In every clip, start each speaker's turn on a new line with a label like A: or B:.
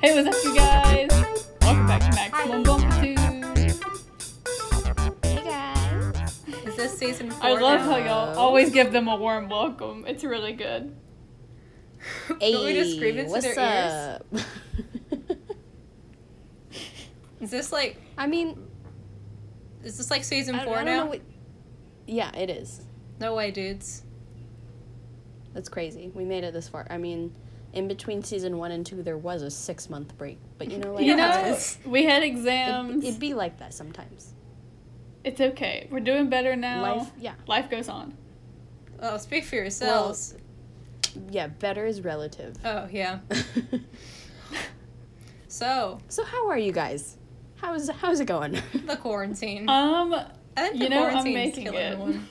A: Hey, what's up, you guys? Welcome back to Maximum Bumpitude.
B: Hey guys.
C: Is this season four?
A: I love how y'all
C: now?
A: always give them a warm welcome. It's really good.
C: Don't we just scream into
B: what's
C: their ears?
B: up?
C: Is this like
B: I mean,
C: is this like season
B: I don't,
C: four
B: I don't
C: now?
B: know. What, yeah, it is.
C: No way, dudes.
B: That's crazy. We made it this far. I mean, in between season one and two, there was a six month break, but you know, like
A: You
C: know how it
A: know,
C: is.
A: we had
B: it'd,
A: exams.
B: it'd be like that sometimes.
A: It's okay. We're doing better now.
B: Life, yeah,
A: Life goes on.
C: Oh, speak for yourselves.
B: yeah. Better is relative.
C: oh yeah. So
B: so how are you guys? How's how's it going?
C: the quarantine.
A: Um,
C: I think the
A: you know, I'm
C: quarantine's
A: making
C: killing
A: it.
C: everyone.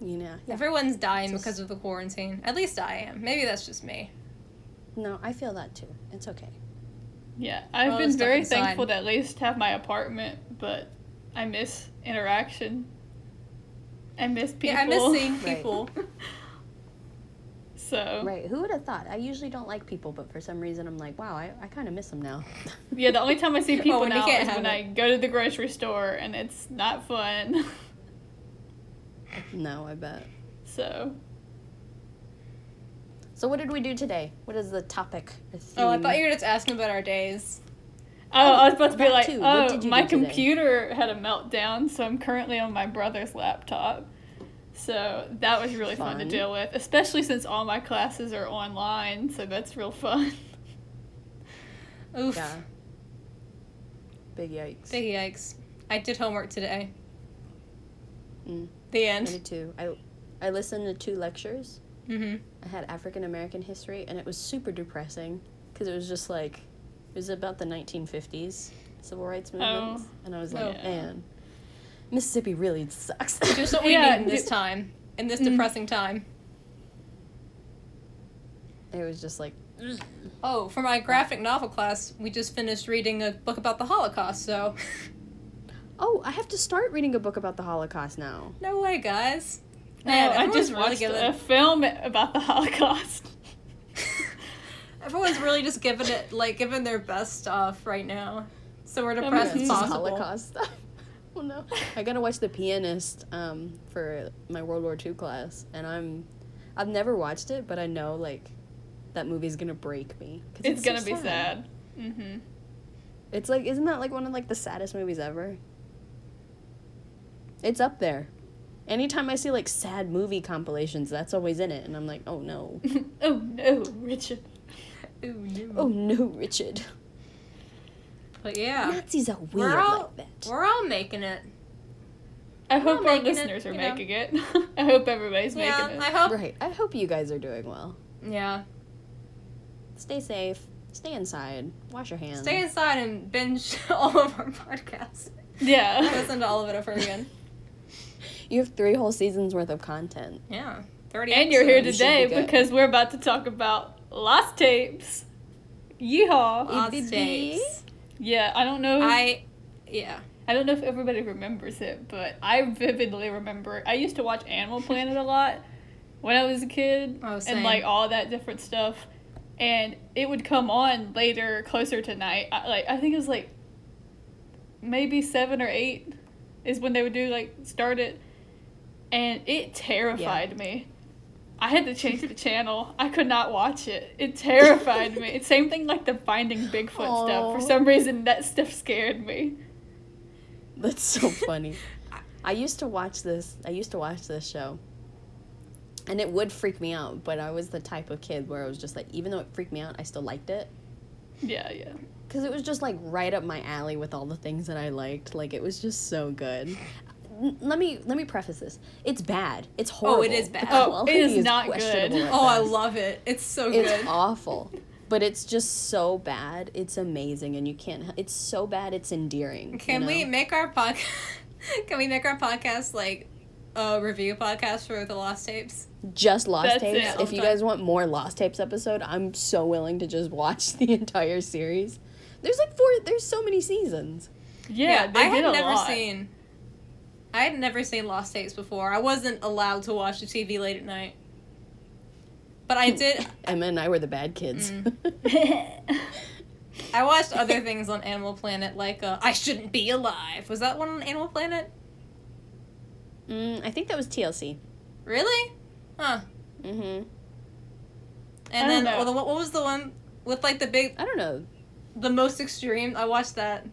B: you know, yeah.
C: Everyone's dying because of the quarantine. At least I am. Maybe that's just me.
B: No, I feel that too. It's okay.
A: Yeah, I've
C: All
A: been
C: stuck
A: very
C: inside.
A: thankful to at least have my apartment, but I miss interaction. I miss people.
C: Yeah, I miss seeing
B: Right.
C: people. Oh.
A: So
B: Right. Who would have thought? I usually don't like people, but for some reason I'm like, wow, I, I kind of miss them now.
A: yeah, the only time I see
C: Oh,
A: people
C: when you
A: now
C: can't
A: is
C: have
A: when
C: it.
A: I go to the grocery store, and it's not fun.
B: no, I bet.
A: so
B: So what did we do today? What is the topic? or
C: Oh, I
B: theme?
C: thought you were just asking about our days.
A: Oh, I was about to be
B: that
A: like,
B: too. What
A: oh,
B: did you
A: my
B: do today?"
A: computer had a meltdown, so I'm currently on my brother's laptop. So that was really fun, to
B: Fun.
A: deal with, especially since all my classes are online, so that's real fun.
C: Oof.
B: Yeah. Big yikes.
C: Big yikes. I did homework today.
B: Mm.
C: The
B: I
C: end.
B: did too. I I listened to two lectures.
C: Mm-hmm.
B: I had African American history, and it was super depressing because it was just like it was about the 1950s civil rights
C: Oh,
B: movement, and I was like,
A: Yeah.
B: man, Mississippi really sucks.
C: Just what we
A: Yeah,
C: need in this
A: d-
C: time. In this
A: Mm.
C: depressing time.
B: it was just like
C: Oh, for my graphic novel class, we just finished reading a book about the Holocaust, so.
B: Oh, I have to start reading a book about the Holocaust now.
C: No way, guys.
A: oh, I
C: everyone's
A: just watched a
C: giving,
A: film about the Holocaust.
C: Everyone's really just giving it, like, giving their best stuff right now. So we're
A: Yeah,
C: depressed
A: this is
C: as possible.
B: Holocaust stuff. oh no! I gotta watch The Pianist um, for my World War II class, and I'm I've never watched it, but I know like that movie's gonna break me. 'cause
A: It's,
B: so
A: gonna be sad. Mm-hmm.
B: It's like isn't that like one of like the saddest movies ever? It's up there. Anytime I see like sad movie compilations, that's always in it, and I'm like, oh no,
A: oh no, Richard.
C: Ooh, no.
B: oh no, Richard.
C: But yeah,
B: Nazis are
C: Uh, We're
B: weird
C: all-
B: like that.
C: we're all making it.
A: I
C: We're all
A: hope our
C: making it,
A: listeners are
C: you know.
A: making it. I hope everybody's
C: Yeah,
A: making it.
C: I hope.
B: Right. I hope you guys are doing well.
C: Yeah.
B: Stay safe. Stay inside. Wash your hands.
C: Stay inside and binge all of our podcasts.
A: Yeah.
C: Listen to all of it over again.
B: you have three whole seasons worth of content.
C: Yeah. 30
A: And you're here
C: episodes.
B: You should be
A: today
B: good.
A: because we're about to talk about lost tapes. Yeehaw!
C: Lost
B: It'd be-
C: days.
A: Yeah, I don't know. I
C: I, yeah.
A: I don't know if everybody remembers it, but I vividly remember. I used to watch Animal Planet a lot when I was a kid,
C: Oh,
A: and
C: same.
A: like all that different stuff. And it would come on later, closer to night. I, like I think it was like maybe seven or eight is when they would do like start it, and it terrified me. I had to change the channel. I could not watch it. It terrified me. It's same thing like the Finding Bigfoot stuff.
B: Aw.
A: For some reason, that stuff scared me.
B: That's so funny. I used to watch this. I used to watch this show. And it would freak me out, but I was the type of kid where I was just like, even though it freaked me out, I still liked it.
A: Yeah, yeah.
B: Because it was just like right up my alley with all the things that I liked. Like, it was just so good. N- let me let me preface this. It's bad. It's horrible.
C: it is bad.
B: The
C: Oh, it
B: quality
A: is not good.
B: questionable at
C: Oh, I
B: best.
C: love it. It's so
B: It's
C: good.
B: awful. But it's just so bad. It's amazing, and you can't. It's so bad. It's endearing.
C: Can
B: you
C: we
B: know?
C: make our podcast? Can we make our podcast like a review podcast for the lost tapes?
B: just lost
A: That's
B: tapes?
A: it.
B: If you guys want more lost tapes episode, I'm so willing to just watch the entire series. There's like four. There's so many seasons.
A: Yeah, they
C: I
A: did
C: had
A: a
C: never
A: lot.
C: seen. I had never seen lost tapes before. I wasn't allowed to watch the TV late at night. But I did. Mm.
B: Emma and I were the bad kids.
C: I watched other things on Animal Planet, like uh, I Shouldn't Be Alive. Was that one on Animal Planet?
B: Mm, I think that was TLC.
C: Really? Huh.
A: I
B: hmm
C: And
A: don't
C: then
A: know.
C: well, the- what what was the one with like the big,
B: I don't know.
C: the most extreme? I watched that.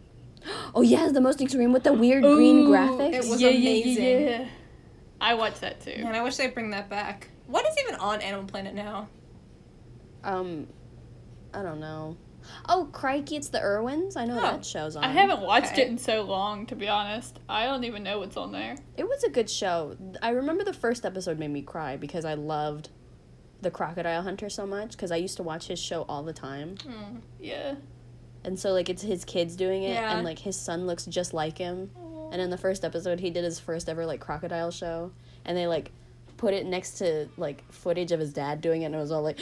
B: Oh yeah, the most extreme with the weird green
A: Ooh,
B: graphics.
C: it was amazing.
A: yeah. I watched that too.
C: Man, I wish they'd bring that back. What is even on Animal Planet now?
B: Um, I don't know. Oh, crikey! It's the Irwins. I know
C: Oh,
B: that show's on.
A: I haven't watched
C: Okay.
A: it in so long, to be honest. I don't even know what's on there.
B: It was a good show. I remember the first episode made me cry because I loved the crocodile hunter so much because I used to watch his show all the time.
C: Hmm.
A: Yeah.
B: And so like it's his kids doing it
C: Yeah.
B: and like his son looks just like him. And in the first episode he did his first ever like crocodile show and they like put it next to like footage of his dad doing it and it was all like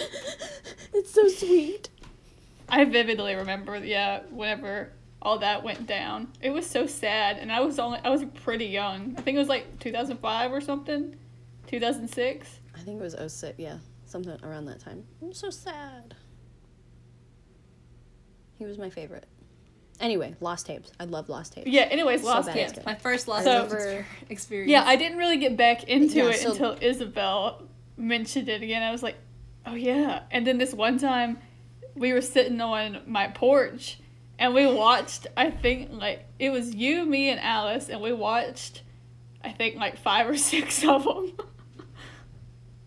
B: it's so sweet.
A: I vividly remember, yeah, whenever all that went down. It was so sad, and I was only I was pretty young. I think it was like 2005 or something, 2006.
B: I think it was 06, yeah, something around that time. I'm so sad. He was my favorite. Anyway, Lost Tapes. I love Lost Tapes.
A: Yeah. Anyways,
B: So
A: Lost
B: bad.
A: Kids.
B: good.
C: My first lost
A: So-
C: ever experience.
A: Yeah, I didn't really get back into
B: Yeah,
A: it
B: so-
A: until Isabel mentioned it again. I was like, oh yeah. And then this one time, we were sitting on my porch, and we watched. I think like it was you, me, and Alice, and we watched. I think like five or six of them.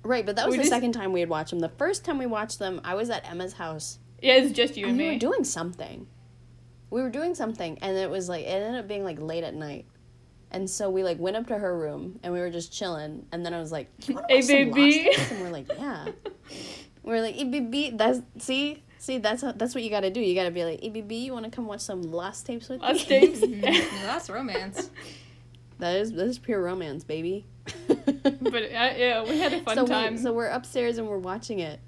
B: Right, but that was
A: We
B: the
A: just-
B: second time we had watched them. The first time we watched them, I was at Emma's house
A: yeah, it's just you and
B: and we
A: me.
B: were doing something. We were doing something, and it was like it ended up being like late at night, and so we like went up to her room and we were just chilling. And then I was like, "Do you wanna
A: Hey,
B: watch some Lost
A: baby."
B: Tapes?" and we're like, "Yeah." we were like, "EBB, that's see, see, that's how, that's what you got to do. You got to be like, EBB, you want to come watch some Lost Tapes with
A: Lost
B: me?"
A: Tapes.
C: Now that's romance.
B: that is that is pure romance, baby.
A: But uh, yeah, we had a fun
B: so
A: time.
B: We, so we're upstairs and we're watching it,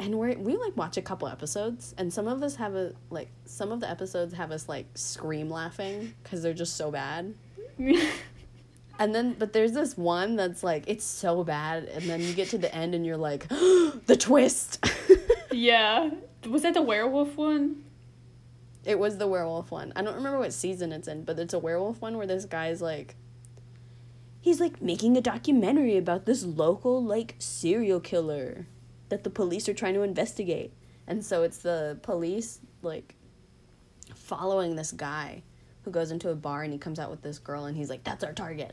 B: and we're we like watch a couple episodes, and some of us have a like some of the episodes have us like scream laughing because they're just so bad. And then, but there's this one that's like it's so bad, and then you get to the end and you're like, the twist.
A: yeah, was that the werewolf one?
B: It was the werewolf one. I don't remember what season it's in, but it's a werewolf one where this guy's like he's like making a documentary about this local like serial killer that the police are trying to investigate. And so it's the police like following this guy who goes into a bar and he comes out with this girl and he's like that's our target.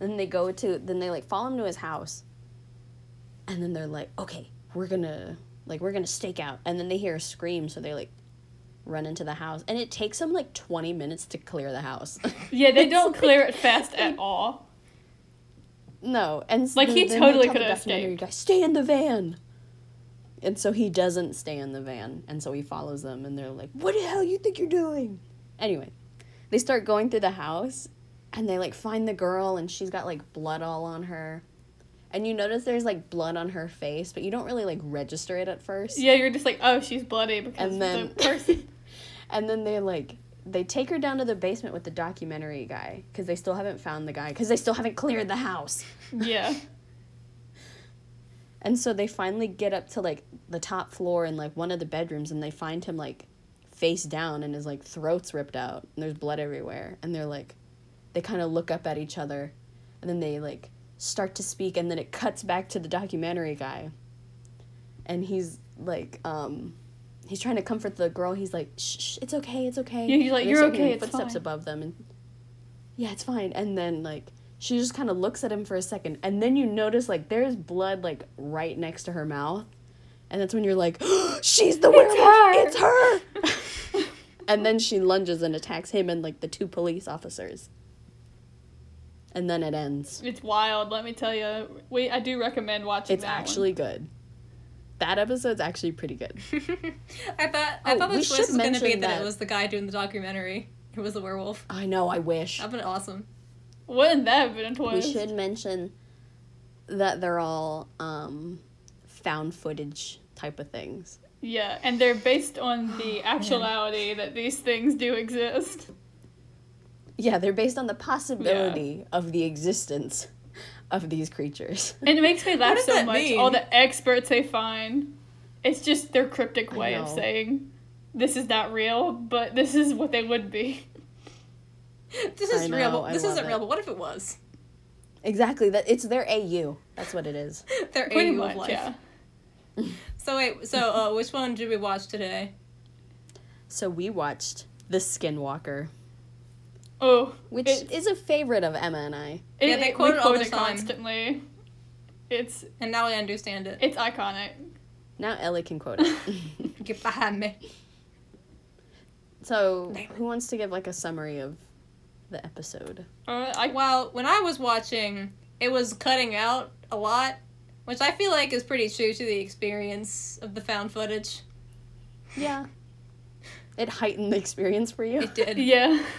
B: Then they go to then they like follow him to his house. And then they're like, "Okay, we're going to like we're going to stake out." And then they hear a scream, so they're like run into the house and it takes them like 20 minutes to clear the house
A: Yeah, they
B: It's
A: don't
B: like-
A: clear it fast at all.
B: no and so
A: Like, he
B: they
A: totally
B: tell the
A: could've
B: documentary
A: escaped.
B: guy, stay in the van and so he doesn't stay in the van and so he follows them and they're like what the hell you think you're doing anyway they start going through the house and they like find the girl and she's got like blood all on her and you notice there's like blood on her face but you don't really like register it at first
A: Yeah, you're just like, oh, she's bloody because
B: and then
A: the person.
B: and then they like they take her down to the basement with the documentary guy because they still haven't found the guy because they still haven't cleared the house
A: Yeah,
B: and so they finally get up to like the top floor in like one of the bedrooms and they find him like face down and his like throat's ripped out and there's blood everywhere and they're like they kind of look up at each other and then they like start to speak and then it cuts back to the documentary guy and he's like um he's trying to comfort the girl he's like shh, shh it's okay it's okay
A: Yeah, he's like,
B: And they
A: "You're
B: start
A: okay,
B: hearing
A: it's
B: footsteps
A: fine."
B: above them and yeah it's fine and then like she just kind of looks at him for a second and then you notice like there's blood like right next to her mouth and that's when you're like she's the werewolf it's her, and then she lunges and attacks him and like the two police officers and then it ends
A: it's wild. Let me tell you, we I do recommend watching.
B: it's
A: that one.
B: actually good that episode's actually pretty good
C: I thought I
B: Oh,
C: thought the
B: we
C: twist
B: should
C: was going to be
B: mention
C: that.
B: that-
C: it was the guy doing the documentary. It was the werewolf.
B: i know i wish
C: That'd been awesome.
A: wouldn't that have been a
B: we
A: twist?
B: should mention that they're all um found footage type of things
A: Yeah, and they're based
C: Oh,
A: on the actuality that these things do exist.
B: Yeah, they're based on the possibility of the existence of these creatures.
A: And it makes me laugh
C: does
A: so
C: that
A: much.
C: mean?
A: All the experts they find, it's just their cryptic
B: I
A: way of
B: know.
A: saying this is not real, but this is what they would be.
C: This
B: I
C: is real.
B: know,
C: But
B: I
C: this
B: love
C: isn't
B: it.
C: real. But what if it was?
B: Exactly. That it's their AU. That's what it is.
C: Their
A: Pretty
C: AU
A: much,
C: of life.
A: yeah.
C: So wait. So uh, which one did we watch today?
B: So we watched The Skinwalker,
A: Oh,
B: which
A: it,
B: is a favorite of Emma and I.
A: it,
C: Yeah, they
A: it-
C: quote
A: we
C: it all the
A: quote it
C: time.
A: constantly. It's
C: And now I understand it.
A: it's iconic.
B: Now Ellie can quote it.
C: Get behind me.
B: so
C: Damn it.
B: who wants to give like a summary of the episode?
A: Uh, I
C: Well, when I was watching, it was cutting out a lot, which I feel like is pretty true to the experience of the found footage.
B: Yeah. It heightened the experience for you.
C: It did.
A: yeah.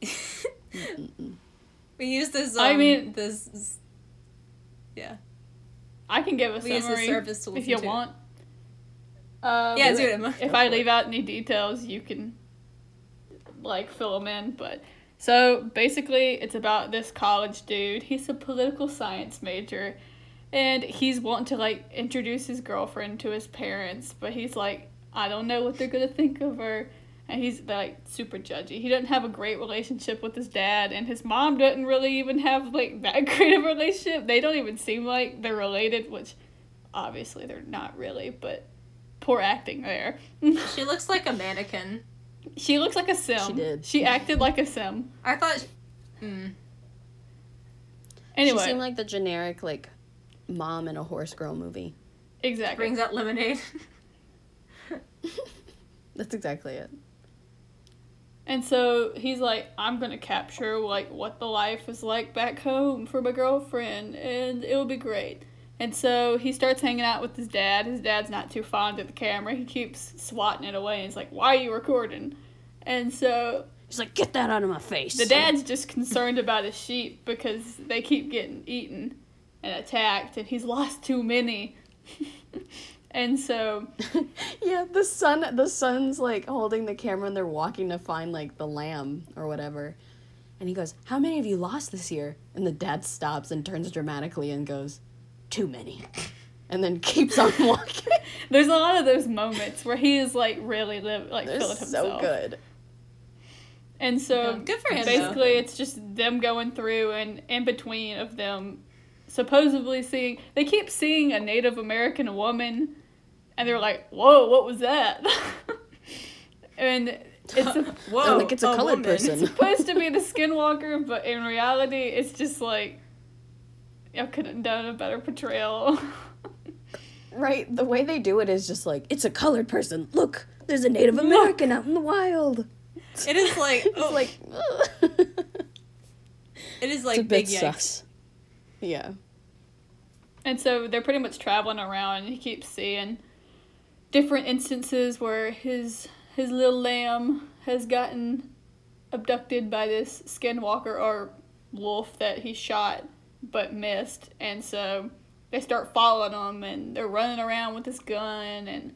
C: we used this. Um,
A: I mean-
C: this. Yeah.
A: I can give a
C: We use the
A: summary
C: service to
A: if
C: listen
A: you
C: to it.
A: want. Um,
C: Yeah,
B: do
C: do
B: it.
C: it, Emma.
A: if
B: Go
A: I
B: for
A: leave out any details, you can like fill them in. But so basically, it's about this college dude. He's a political science major, and he's wanting to like introduce his girlfriend to his parents, but he's like, I don't know what they're gonna think of her. And he's like super judgy. He doesn't have a great relationship with his dad, and his mom doesn't really even have like that great of a relationship. They don't even seem like they're related, which obviously they're not really, but poor acting there.
C: She looks like a mannequin.
A: she looks like a sim.
B: She did.
A: She acted like a sim.
C: I thought. Mm.
A: Anyway,
B: She seemed like the generic like mom in a horse girl movie.
A: exactly.
C: Brings out lemonade.
B: That's exactly it.
A: And so he's like, I'm gonna capture like what the life is like back home for my girlfriend, and it'll be great. And so he starts hanging out with his dad. His dad's not too fond of the camera. He keeps swatting it away. And he's like, "Why are you recording?" And so
B: She's like, get that out of my face.
A: the dad's just concerned about his sheep because they keep getting eaten and attacked, and he's lost too many. and so
B: yeah, the son the son's like holding the camera and they're walking to find like the lamb or whatever. And he goes, How many have you lost this year? And the dad stops and turns dramatically and goes, Too many. And then keeps on walking.
A: there's a lot of those moments where he is like really live like
B: They're
A: feeling
B: so
A: himself.
B: good.
A: And so
C: Yeah, good for him, though.
A: Basically, it's just them going through and in between of them supposedly seeing they keep seeing a Native American woman and they're like, "Whoa, what was that?" and it's a,
C: Whoa.
B: And, like it's Oh, a, colored
C: woman.
B: person.
A: supposed to be the skinwalker, but in reality, it's just like I couldn't have done a better portrayal.
B: right. The way they do it is just like, it's a colored person. Look, there's a Native American out in the wild.
C: It is like.
B: It's
C: oh,
B: like
C: It is
B: it's a
C: like
B: bit
C: big yikes.
B: sus. Yeah.
A: And so they're pretty much traveling around and he keeps seeing different instances where his his little lamb has gotten abducted by this skinwalker or wolf that he shot but missed and so they start following him and they're running around with this gun and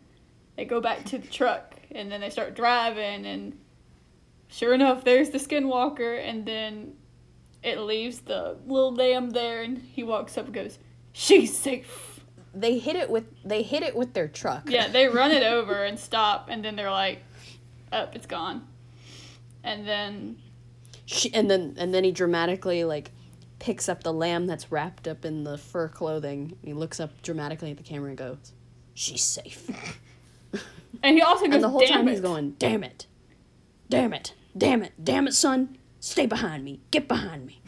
A: they go back to the truck and then they start driving and sure enough there's the skinwalker and then it leaves the little lamb there and he walks up and goes she's safe
B: They hit it with they hit it with their truck.
A: yeah they run it over and stop and then they're like up it's gone and then
B: she, and then and then he dramatically like picks up the lamb that's wrapped up in the fur clothing. He looks up dramatically at the camera and goes, "She's safe."
A: and he also goes
B: And the whole
A: Damn
B: time
A: it.
B: he's going, "Damn it, damn it, damn it, damn it, son, stay behind me, get behind me."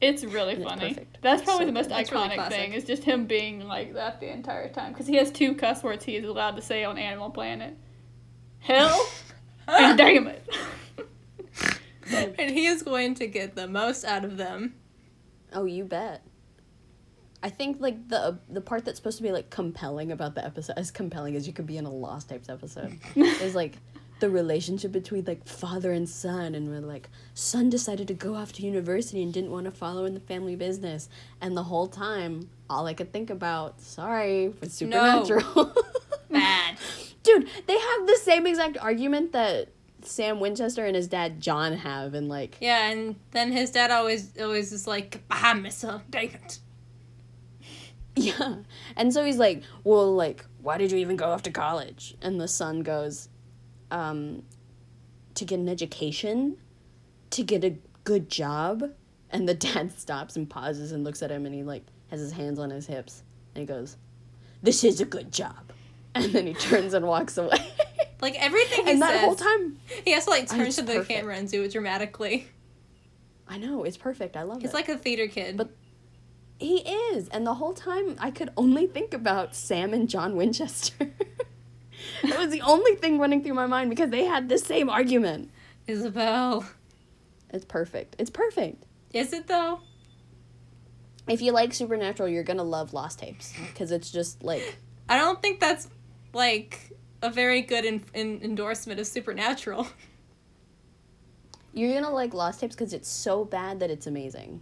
A: It's really
B: it's
A: funny.
B: perfect.
A: That's probably
B: So
A: the most
C: That's really
A: iconic
C: classic.
A: thing is just him being like that the entire time because he has two cuss words he is allowed to say on Animal Planet: hell and damn it.
C: And he is going to get the most out of them.
B: Oh, you bet. I think like the uh, the part that's supposed to be like compelling about the episode, as compelling as you could be in a Lost types episode, is like the relationship between like father and son, and where like son decided to go off to university and didn't want to follow in the family business, and the whole time all I could think about, sorry, was supernatural.
C: Bad.
B: Dude, they have the same exact argument that Sam Winchester and his dad John have, and like
C: Yeah, and then his dad always always is like, "Get behind me, son, David.
B: Yeah. And so he's like, well, like, why did you even go off to college? And the son goes, um, to get an education, to get a good job. And the dad stops and pauses and looks at him and he like has his hands on his hips and he goes, This is a good job. And then he turns and walks away.
C: Like everything he
B: and that
C: says,
B: whole time,
C: he has to like turn
B: it's
C: to the
B: perfect.
C: camera and do it dramatically.
B: I know, it's perfect. I love
C: He's
B: it.
C: like a theater kid.
B: But- He is. And the whole time, I could only think about Sam and John Winchester. that was the only thing running through my mind because they had the same argument.
C: Isabel,
B: It's perfect. It's perfect.
C: is it though?
B: If you like Supernatural, you're going to love Lost Tapes because it's just like,
C: I don't think that's like a very good in- in- endorsement of Supernatural.
B: you're going to like Lost Tapes because it's so bad that it's amazing.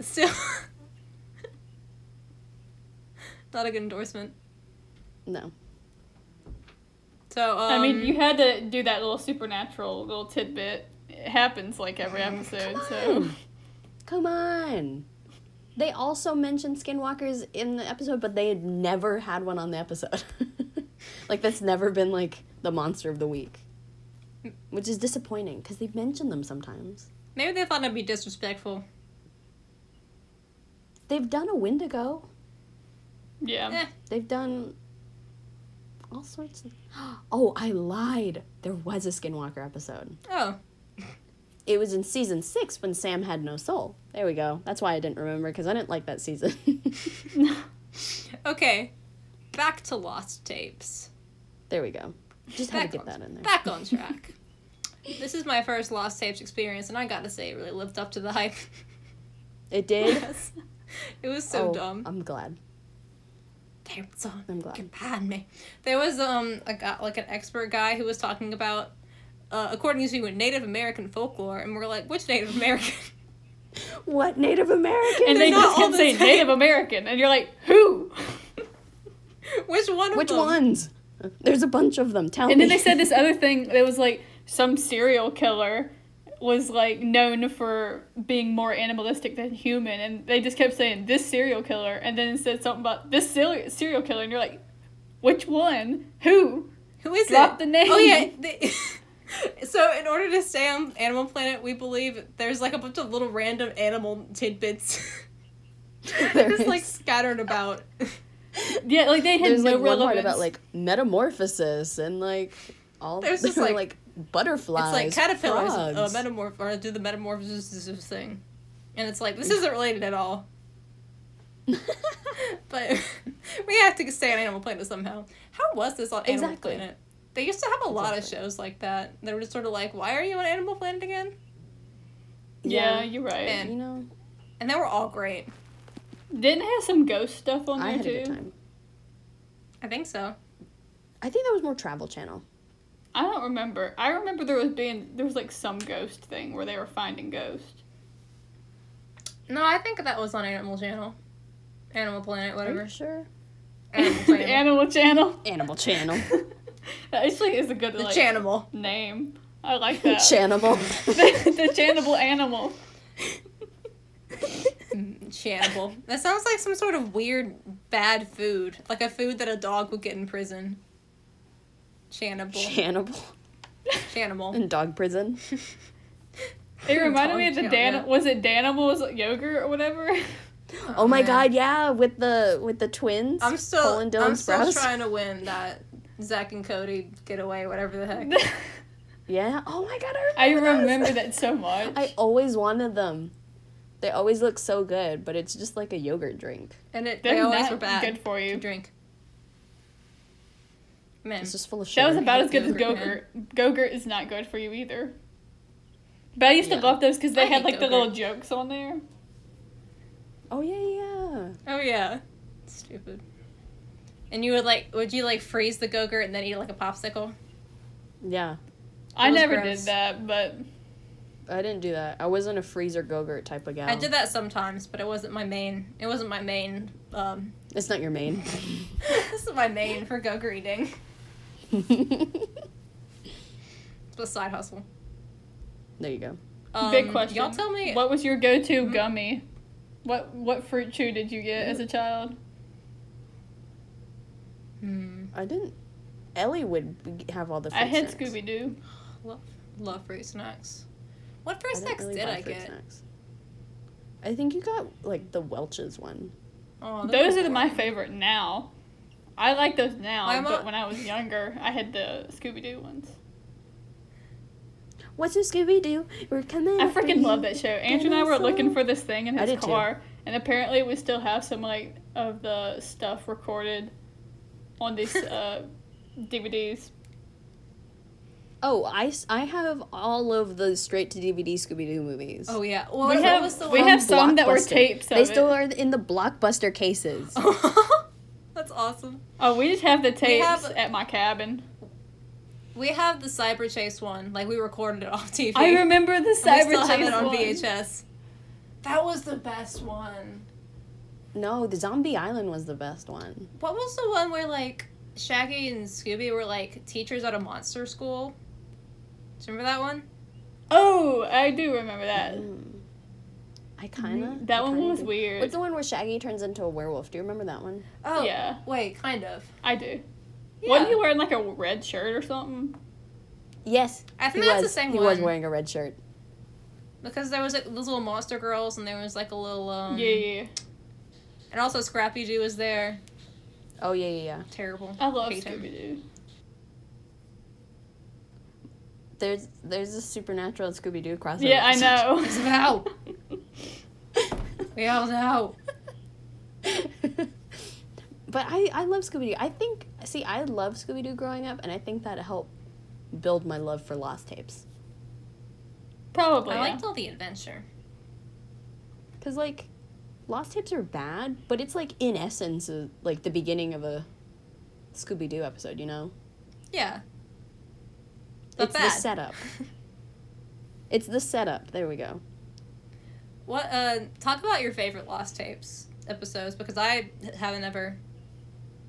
C: Still, not a good endorsement.
B: No.
C: So um,
A: I mean, you had to do that little supernatural little tidbit. It happens like every episode, so
B: Come on. They also mentioned skinwalkers in the episode, but they had never had one on the episode. like that's never been like the monster of the week, which is disappointing because they mention them sometimes.
C: maybe they thought it'd be disrespectful.
B: They've done a Wendigo.
A: yeah.
C: Eh.
B: They've done all sorts of. Oh, I lied. There was a skinwalker episode.
C: Oh,
B: It was in season six when Sam had no soul. There we go. That's why I didn't remember because I didn't like that season.
A: Eh.
C: okay. Back to lost tapes.
B: there we go. Just had
C: Back
B: to get
C: on,
B: that in there.
C: back on track. this is my first lost tapes experience, and I gotta say, it really lived up to the hype.
B: It did.
C: it was so
B: Oh,
C: dumb.
B: I'm glad.
C: Damn son,
B: I'm glad.
C: Compound me. There was um a guy, like an expert guy who was talking about uh, according to Native American folklore, and we're like, which Native American?
B: What Native American?
A: And they
C: They're
A: just
C: not all
A: kept
C: the
A: saying
C: same.
A: Native American, and you're like, who?
C: which one? Of
B: Which
C: them?
B: ones? There's a bunch of them. Tell
A: And
B: me.
A: then they said this other thing that was like some serial killer was like known for being more animalistic than human, and they just kept saying this serial killer, and then it said something about this serial serial killer, and you're like, which one? Who?
C: Who is
A: Drop
C: it?
A: the name.
C: Oh yeah. They, so in order to stay on Animal Planet, we believe there's like a bunch of little random animal tidbits
B: There
C: just like
B: is.
C: scattered about.
A: Yeah, like they had
B: There's
A: no
B: like one part
A: relevance.
B: about like metamorphosis and like all.
C: There's just,
B: there were,
C: like-
B: butterflies.
C: It's like caterpillars uh,
B: frogs.
C: metamorph or do the metamorphosis thing, and it's like this isn't related at all. But we have to stay on Animal Planet somehow. How was this on Animal
B: Exactly.
C: Planet? They used to have a lot of
B: Exactly.
C: shows like that. They were just sort of like, why are you on Animal Planet again?
A: yeah,
B: yeah.
A: you're right.
C: Man.
B: you know,
C: And they were all great.
A: Didn't it have some ghost stuff on there
B: I had a
A: too.
B: good time.
C: I think so.
B: I think that was more Travel Channel.
A: I don't remember. I remember there was being there was like some ghost thing where they were finding ghosts.
C: No, I think that was on Animal Channel. Animal
B: Are
C: Planet,
B: you
C: whatever.
B: sure? Oh,
C: Animal
A: the
C: Planet.
A: Animal Channel.
B: Animal Channel.
A: Actually, is a good
C: the
A: like,
C: Chanimal.
A: name. I like that.
B: Channel.
A: the Channable Animal.
C: Chanimal. That sounds like some sort of weird bad food. Like a food that a dog would get in prison. Chanimal.
B: Channel
C: Chanimal.
B: in dog prison.
A: It reminded me of the
C: Dog
A: Dan.
C: channel.
A: Was it Danimals yogurt or whatever?
B: Oh my
C: man.
B: God! Yeah, with the with the twins.
C: I'm still
B: Cole and Dylan
C: I'm still
B: Sprouse.
C: trying to win that Zach and Cody getaway, whatever the heck.
B: Yeah. Oh my God!
A: I
B: I remember. those.
A: remember that so much.
B: I always wanted them. They always look so good, but it's just like a yogurt drink.
C: And it,
A: They're
C: they always
A: not
C: were bad.
A: good for
C: to
A: you.
C: drink. Man,
B: It's just full of
A: That
B: sugar.
A: was about as good as
C: Yogurt,
A: Gogurt. Gogurt is not good for you either. But I used
B: Yeah.
A: to love those because they
C: I
A: had
C: hate
A: like the
C: Go-Gurt.
A: little jokes on there.
B: oh yeah, yeah.
C: oh yeah, stupid. And you would like, would you like freeze the gogurt and then eat like a popsicle?
B: Yeah.
A: I
C: was
A: never
C: gross.
A: did that, but
B: I didn't do that. I wasn't a freezer go-gurt type of gal.
C: I did that sometimes, but it wasn't my main. It wasn't my main. Um,
B: It's not your main.
C: this is my main for gogurt eating.
B: there
C: It's a side hustle.
B: you go.
C: Um,
A: big question.
C: Y'all tell me.
A: what was your go-to
C: Mhm.
A: gummy?
C: Mm-hmm.
A: What what fruit chew did you get as a child?
C: Mm.
B: I didn't. Ellie would b- have all the. Fruit
A: I had
B: snacks.
A: Scooby Doo.
C: Love, love fruit snacks. What fruit
B: I didn't
C: snacks
B: really
C: did
B: buy
C: I
B: fruit
C: get?
B: snacks. I think you got like the Welch's one.
C: Oh,
A: Those
C: were
A: are my
C: boring.
A: favorite now. I like those now,
C: My
A: but
C: mom-
A: when I was younger, I had the Scooby Doo ones.
B: What's your Scooby Doo? We're coming.
A: I
C: Oh,
B: after
A: freaking
B: you.
A: love that show. Andrew and I were looking for this thing in
B: I
A: his
B: did too.
A: car, and apparently we still have some like of the stuff recorded on these uh, DVDs.
B: Oh, I, s- I have all of the straight to DVD Scooby Doo movies. Um,
C: Oh yeah. Well,
A: We
C: what
A: have-
C: was the
A: we
C: one?
A: have some that were
B: Blockbuster.
A: tapes of
B: They still
A: it.
B: are in the blockbuster cases.
C: That's awesome.
A: Oh, we just have the tapes
C: have-
A: at my cabin.
C: We have the Cyber Chase one. Like we recorded it off TV.
A: I remember the
C: And
A: Cyber
C: we still have
A: Chase
C: it on
A: one.
C: VHS. That was the best one.
B: No, the Zombie Island was the best one.
C: What was the one where like Shaggy and Scooby were like teachers at a monster school? Do you remember that one?
A: Oh, I do remember that.
B: Mm. I kind of.
A: That one was weird.
B: What's the one where Shaggy turns into a werewolf? Do you remember that one?
C: Oh
A: Yeah,
C: Wait, kind of.
A: I do.
C: Yeah.
A: Wasn't he wearing like a red shirt or something?
B: Yes.
C: I
B: He
C: think that's
B: was.
C: the same
B: he
C: one.
B: was wearing a red shirt.
C: Because there was like those little monster girls, and there was like a little um,
A: yeah, yeah. yeah.
C: and also Scrappy Doo was there.
B: Oh yeah, yeah, yeah.
C: Terrible.
A: I love
C: Hate him.
A: Scooby Doo.
B: There's there's a supernatural Scooby Doo crossover.
A: Yeah, I know.
C: It's about. We all know.
B: but I, I love Scooby Doo. I think, see, I love Scooby Doo growing up, and I think that helped build my love for Lost Tapes.
A: Probably.
C: I
A: yeah.
C: liked all the adventure.
B: Because, like, Lost Tapes are bad, but it's, like, in essence, uh, like the beginning of a Scooby Doo episode, you know?
C: Yeah. But
B: it's the
C: bad.
B: setup. It's the setup. There we go.
C: What? Uh, talk about your favorite Lost Tapes episodes because I haven't ever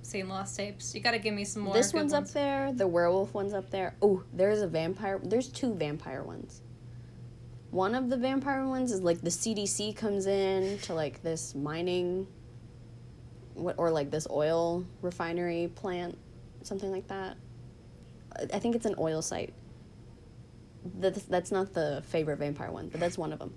C: seen Lost Tapes. You got to give me some more.
B: this
C: good
B: one's up
C: ones.
B: there. The werewolf one's up there. Oh, there's a vampire. There's two vampire ones. One of the vampire ones is like the CDC comes in to like this mining, what or like this oil refinery plant, something like that. I- I think it's an oil site. That's that's not the favorite vampire one, but that's one of them.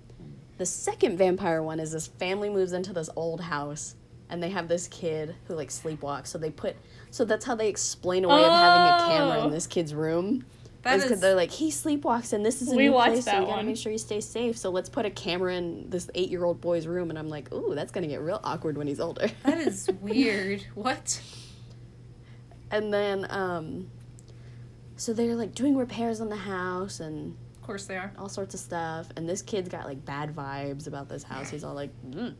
B: The second vampire one is this family moves into this old house and they have this kid who like sleepwalks. So they put so that's how they explain away of having a camera
A: Oh.
B: in this kid's room.
C: That
B: That's because
C: is-
B: they're like he sleepwalks and this is a
A: We
B: new
A: watched
B: place, so
A: that
B: we gotta
A: one.
B: make sure you stay safe. So let's put a camera in this eight-year-old boy's room, and I'm like, ooh, that's gonna get real awkward when he's older.
C: That is weird. what?
B: and then, um, so they're like doing repairs on the house and
C: Of course they are.
B: all sorts of stuff. And this kid's got like bad vibes about this house. He's all like, mm.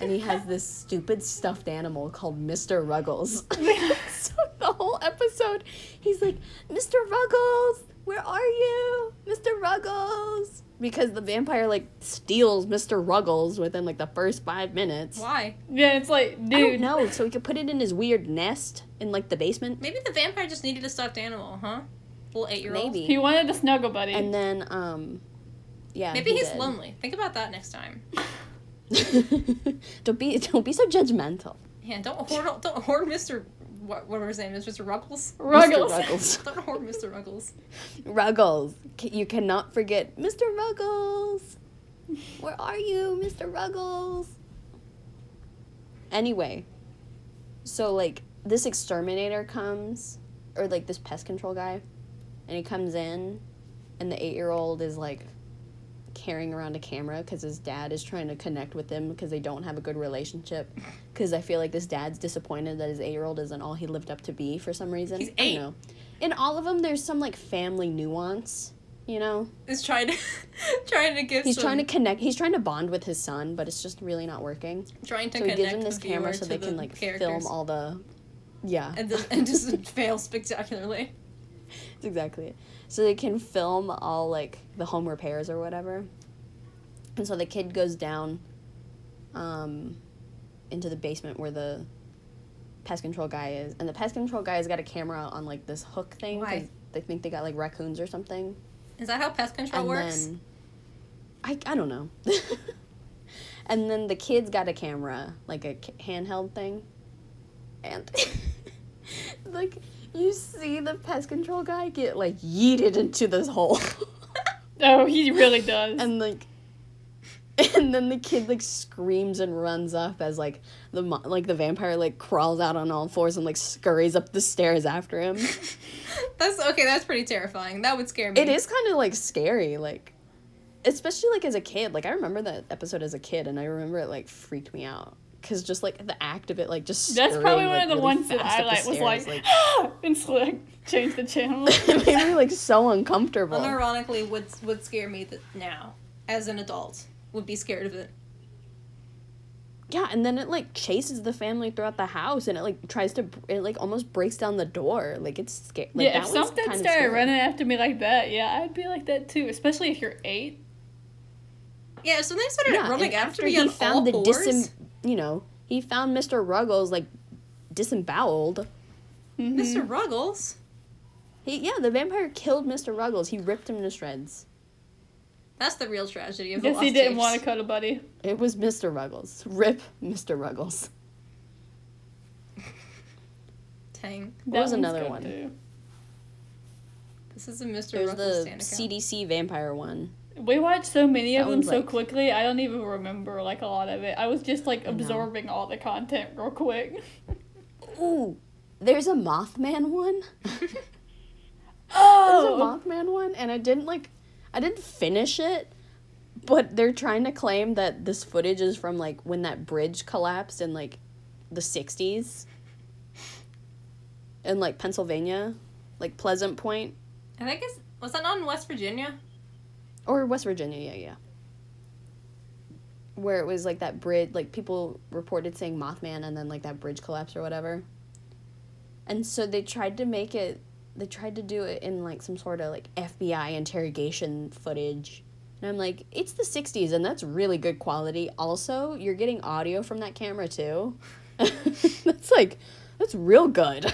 B: and he has this stupid stuffed animal called Mr. Ruggles. so the whole episode, he's like, Mr. Ruggles, where are you? Mr. Ruggles. Because the vampire like steals Mr. Ruggles within like the first five minutes.
C: Why?
A: Yeah, it's like, dude.
B: I don't know. So he could put it in his weird nest in like the basement.
C: Maybe the vampire just needed a stuffed animal, huh? Little eight year old.
B: Maybe.
A: He wanted a snuggle buddy.
B: And then, um, yeah.
C: Maybe
B: he
C: he's
B: did.
C: lonely. Think about that next time.
B: don't be don't be so judgmental.
C: Yeah, don't hoard. Don't hoard Mr. What, whatever his name is, Mr. Ruggles.
A: Ruggles.
B: Mr. Ruggles.
C: don't hoard Mr. Ruggles.
B: Ruggles. C- You cannot forget Mr. Ruggles. Where are you, Mr. Ruggles? Anyway, so like this exterminator comes, or like this pest control guy, and he comes in, and the eight year old is like carrying around a camera because his dad is trying to connect with them because they don't have a good relationship. Because I feel like this dad's disappointed that his eight year old isn't all he lived up to be for some reason.
C: He's
B: I
C: eight.
B: don't know. In all of them, there's some like family nuance, you know?
C: Is trying to trying to give.
B: He's
C: some-
B: trying to connect, he's trying to bond with his son, but it's just really not working.
C: trying to
B: So he
C: connect
B: gives him
C: the
B: this camera
C: viewer
B: so
C: to
B: they
C: the
B: can like
C: characters.
B: film all the. Yeah.
C: and, just- and just fail spectacularly.
B: That's exactly it. So they can film all like the home repairs or whatever. And so the kid goes down um, into the basement where the pest control guy is. And the pest control guy has got a camera on like this hook thing.
C: Why?
B: they think they got like raccoons or something.
C: Is that how pest control works?
B: Then, I, I don't know. and then the kid's got a camera, like a ca- handheld thing. And like you see the pest control guy get like yeeted into this hole.
A: Oh, he really does.
B: and like and then the kid like screams and runs up as like the mo- like the vampire like crawls out on all fours and like scurries up the stairs after him.
C: That's okay. That's pretty terrifying. That would scare me.
B: it is kind of like scary like especially like as a kid like i remember that episode as a kid and i remember it like freaked me out because just like the act of it like just
A: That's probably
B: scurrying,
A: one
B: like,
A: of the
B: really
A: ones that
B: fast
A: I
B: up the
A: like was like,
B: stairs,
A: and so, like change the channel.
B: it made me like so uncomfortable
C: Unironically, would would scare me that now as an adult would be scared of it.
B: yeah and then it like chases the family throughout the house and it like tries to it like almost breaks down the door like it's scary like,
A: yeah,
B: that
A: if
B: one's
A: something
B: kind of
A: started
B: scary.
A: running after me like that, yeah, I'd be like that too. Especially if you're eight.
C: Yeah, if something started
B: yeah,
C: running
B: and
C: after,
B: after
C: me
B: he
C: on
B: found the
C: all fours.
B: disem- you know he found mr ruggles like disemboweled mm-hmm.
C: Mr. Ruggles,
B: He, yeah, the vampire killed Mr. Ruggles. He ripped him to shreds.
C: that's the real tragedy of the
A: Guess he
C: Lost
A: didn't
C: Tapes.
A: want to cuddle buddy.
B: It was Mr. Ruggles. Rip Mr. Ruggles.
C: Tang.
A: That
B: was
A: one's
B: another
A: good,
B: one?
A: too.
C: This is a Mr.
B: There's
C: Ruggles
B: the
C: stand account.
B: CDC vampire one.
A: We watched so many of
B: That
A: them
B: one's
A: so
B: like-
A: quickly. I don't even remember like a lot of it. I was just like absorbing all the content real quick.
B: Ooh, there's a Mothman one. There's a
A: Oh,
B: Mothman one, and I didn't like, I didn't finish it. But they're trying to claim that this footage is from like when that bridge collapsed in like the 60s in like Pennsylvania, like Pleasant Point
C: I think it's was that not in West Virginia?
B: or West Virginia, yeah, yeah. Where it was like that bridge, like people reported saying Mothman, and then like that bridge collapse or whatever. And so they tried to make it, they tried to do it in like some sort of like FBI interrogation footage. And I'm like, it's the 60s, and that's really good quality. Also, you're getting audio from that camera too. that's like, that's real good.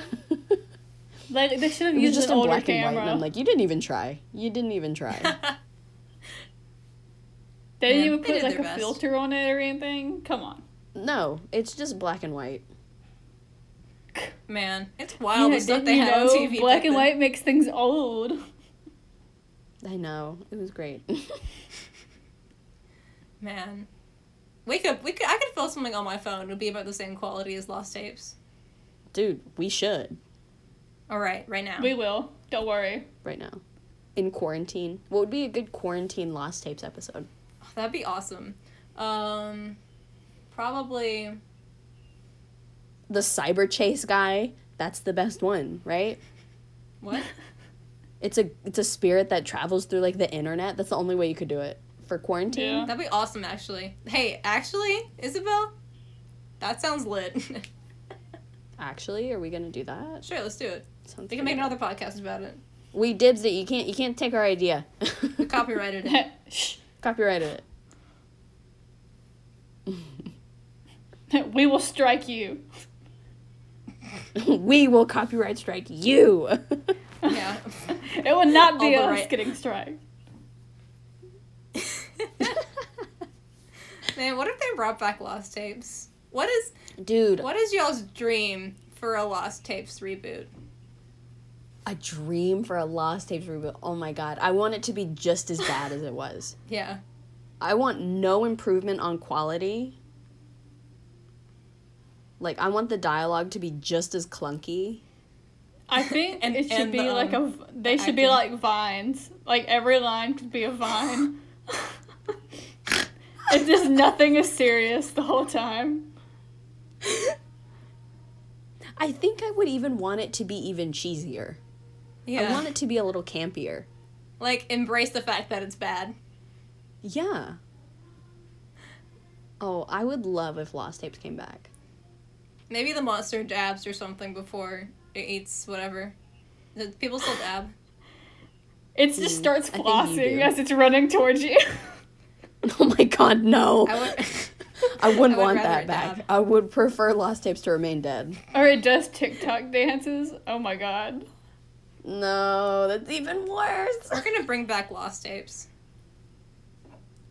A: like they should have
B: it was
A: used
B: just
A: an
B: in
A: older
B: black
A: camera.
B: and white, and I'm like, you didn't even try. You didn't even try.
A: they didn't
C: Yeah,
A: even
C: they
A: put
C: did
A: like
C: their
A: a
C: best.
A: filter on it or anything. Come on.
B: No, it's just black and white.
C: Man, it's
A: You
C: wild
A: know,
C: the
A: didn't
C: stuff they
A: you
C: had on
A: know
C: TV.
A: Black
C: back
A: and
C: then.
A: white makes things old.
B: I know. It was great.
C: Man, we could we could I could film something on my phone. It would be about the same quality as Lost Tapes.
B: Dude, we should
C: All right, right now.
A: We will. Don't worry.
B: right now. In quarantine. What would be a good quarantine Lost Tapes episode?
C: That'd be awesome. Um, probably.
B: The cyber chase guy, that's the best one, right?
C: What?
B: It's a it's a spirit that travels through like the internet. That's the only way you could do it. For quarantine.
A: Yeah.
C: That'd be awesome, actually. Hey, actually, Isabel, that sounds lit.
B: Actually, are we gonna do that?
C: sure, let's do it.
B: Sounds
C: They can make
B: pretty
C: another podcast about it.
B: good. We dibs it. You can't you can't take our idea.
C: We copyrighted it.
A: Shh.
B: Copyrighted
A: we will strike you.
B: it. we will copyright strike you.
C: Yeah.
A: It will not be
C: All the
A: us
C: right-
A: getting strike.
C: Man, what if they brought back Lost Tapes? What is
B: Dude,
C: what is y'all's dream for a Lost Tapes reboot?
B: a dream for a Lost Tapes reboot. Oh my god, I want it to be just as bad as it was.
C: Yeah.
B: I want no improvement on quality. Like I want the dialogue to be just as clunky.
A: I think
C: And-
A: it should
C: and
A: be
C: the,
A: like a.
C: um,
A: v- They should be like
C: acting.
A: vines. Like every line could be a vine. it's just nothing is serious the whole time.
B: I think I would even want it to be even cheesier. I
C: Yeah.
B: want it to be a little campier.
C: like embrace the fact that it's bad.
B: Yeah. Oh, I would love if Lost Tapes came back.
C: Maybe the monster dabs or something before it eats whatever. The- People still dab.
A: It just
C: Mm,
A: starts
B: I think you
A: flossing
B: do.
A: as it's running towards you.
B: Oh my god, no.
C: I would.
B: I wouldn't
C: I would
B: want
C: rather
B: that
C: it
B: back.
C: dab.
B: I would prefer Lost Tapes to remain dead.
A: or it does TikTok dances. Oh my god.
B: No, that's even worse.
C: We're gonna bring back lost tapes.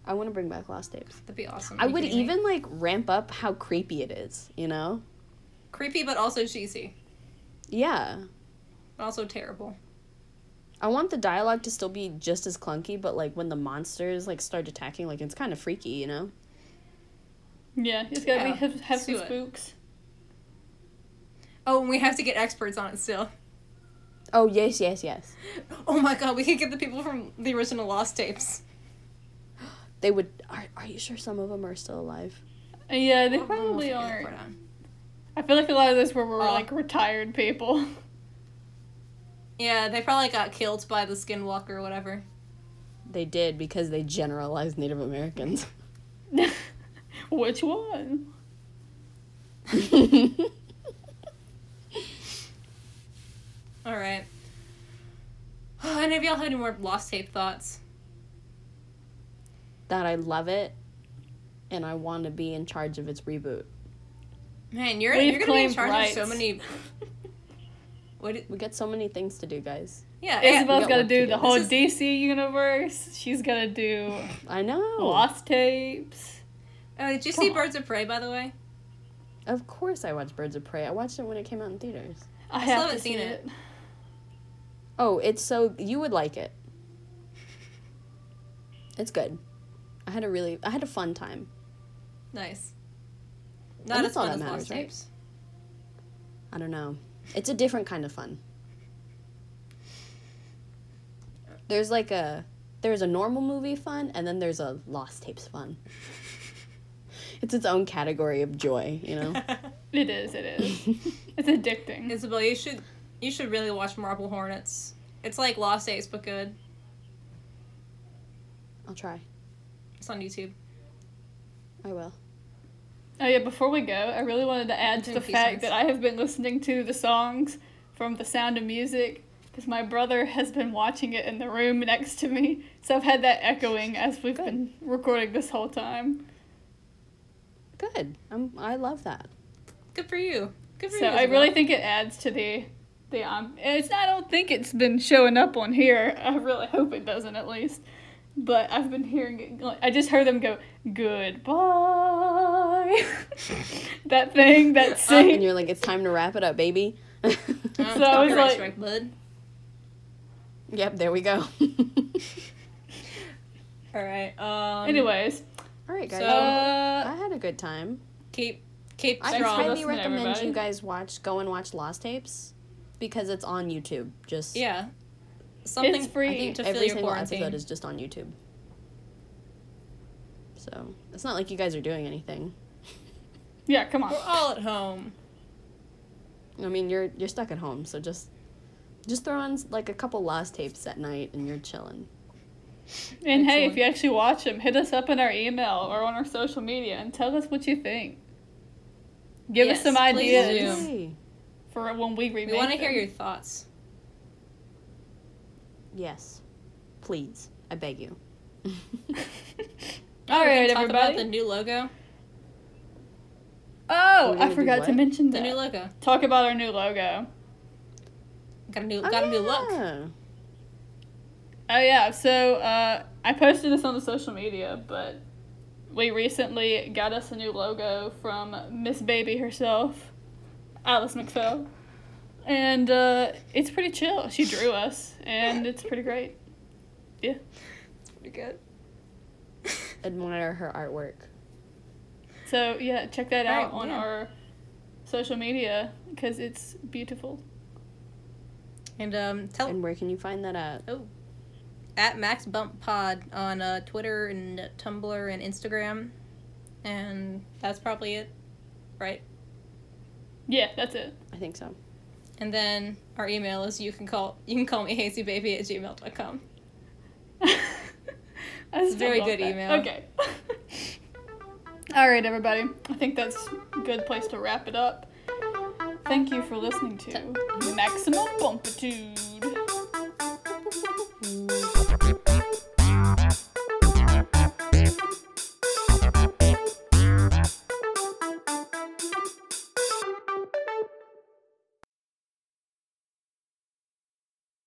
B: I want to bring back Lost Tapes.
C: That'd be awesome.
B: I
C: Are you
B: would
C: kidding me?
B: even like ramp up how creepy it is, you know?
C: creepy, but also cheesy.
B: Yeah.
C: but also terrible.
B: I want the dialogue to still be just as clunky, but like when the monsters like start attacking, like it's kind of freaky, you know?
A: Yeah, it's gotta
C: Yeah,
A: be have, have
C: let's
A: some
C: do it.
A: spooks.
C: Oh, and we have to get experts on it still.
B: Oh, yes, yes, yes.
C: Oh my god, we could get the people from the original Lost tapes.
B: They would. Are, are you sure some of them are still alive?
A: Yeah, they
C: I don't know if
A: probably
C: we can
A: aren't.
C: report on.
A: I feel like a lot of those were, were
C: Oh.
A: like retired people.
C: Yeah, they probably got killed by the skinwalker or whatever.
B: They did because they generalized Native Americans.
A: Which one?
C: All right. Any of y'all have any more Lost tape thoughts?
B: that I love it and I want to be in charge of its reboot.
C: Man, you're
A: We've
C: you're gonna be
A: claimed
C: in charge of so
A: rights.
C: many. what? do-
B: We got so many things to do, guys.
C: Yeah, yeah.
A: Isabel's
B: got
A: gotta
B: work
A: do
B: to
A: the
B: do.
A: whole
C: This is-
A: DC universe. She's gotta do
B: I know.
A: Lost tapes.
C: Oh, did you
B: Come
C: see
B: on.
C: Birds of Prey? By the way,
B: Of course, I watched Birds of Prey. I watched it when it came out in theaters.
A: I,
C: still
A: have
C: haven't
A: to see
C: seen
A: it.
C: it.
B: Oh, it's so you would like it. It's good. I had a really, I had a fun time.
C: nice.
B: And
C: Not as
B: that's all
C: fun
B: that
C: as
B: matters,
C: Lost
B: right?
C: tapes.
B: I don't know. It's a different kind of fun. There's like a there's a normal movie fun and then there's a lost tapes fun. It's its own category of joy, you know.
A: It is. It is. it's addicting.
C: Isabel, you should you should really watch Marble Hornets. It's like Lost Tapes but good.
B: I'll try.
C: It's on YouTube.
B: I will.
A: Oh yeah, before we go, I really wanted to add to
C: Doing
A: the
C: a few
A: fact
C: songs.
A: that I have been listening to the songs from The Sound of Music because my brother has been watching it in the room next to me. So I've had that echoing as we've
B: Good.
A: been recording this whole time.
B: Good. I'm I love that.
C: Good for you. Good for
A: So
C: you.
A: I
C: Isabel.
A: really think it adds to the the um it's I don't think it's been showing up on here. I really hope it doesn't at least. But I've been hearing it like, I just heard them go goodbye. that thing, that sing.
B: And you're like it's time to wrap it up, baby.
C: Oh,
A: so I was
C: copyright
A: like-
C: strike, bud.
B: yep, there we go.
C: All right. Um,
A: Anyways,
B: All right, guys.
C: So-
B: I had a good time.
C: keep keep
B: I
A: Thanks for
C: strong.
B: highly
A: listening,
B: recommend
A: everybody.
B: you guys watch go and watch Lost Tapes because it's on YouTube. Just
C: Yeah. Something
A: It's free.
B: I think
C: to fill
B: every
C: your
B: single
C: quarantine.
B: episode is just on YouTube. So it's not like you guys are doing anything.
A: yeah, come on.
C: We're all at home.
B: I mean, you're you're stuck at home, so just just throw on like a couple Lost Tapes at night and you're chilling.
A: And hey,
C: Excellent.
A: if you actually watch them, hit us up in our email or on our social media and tell us what you think. Give us
C: Yes,
A: some
C: please
A: ideas
C: do.
B: Yay.
A: for when we remake.
C: We want to hear
A: them.
C: your thoughts.
B: Yes, please, I beg you.
A: All
C: We're gonna
A: right,
C: Oh, talk
A: everybody.
C: About the new logo.
A: oh,
B: Are we gonna
A: I
B: do
A: forgot to
B: what?
A: mention
C: The
A: that.
C: new logo.
A: Talk about our new logo.
C: Got a new
B: Oh,
C: got a new look.
B: yeah.
A: Oh yeah, so uh, I posted this on the social media, but we recently got us a new logo from Miss Baby herself, Alice McPhail, and uh, it's pretty chill. She drew us, and it's pretty great. Yeah,
C: Pretty good.
B: Admire her artwork.
A: so yeah, check that out
C: Right,
A: on
C: yeah.
A: our social media because it's beautiful.
C: and um, tell oh.
B: And where can you find that at?
C: at Max Bump Pod on uh, Twitter and Tumblr and Instagram, and that's probably it, right?
A: Yeah, that's it.
B: I think so.
C: And then our email is you can call you can call me hazybaby at gmail.com.
A: That's
C: very good email.
A: Okay. All right, everybody. I think that's a good place to wrap it up. Thank you for listening to Maximum Bumpitude.
B: Ooh.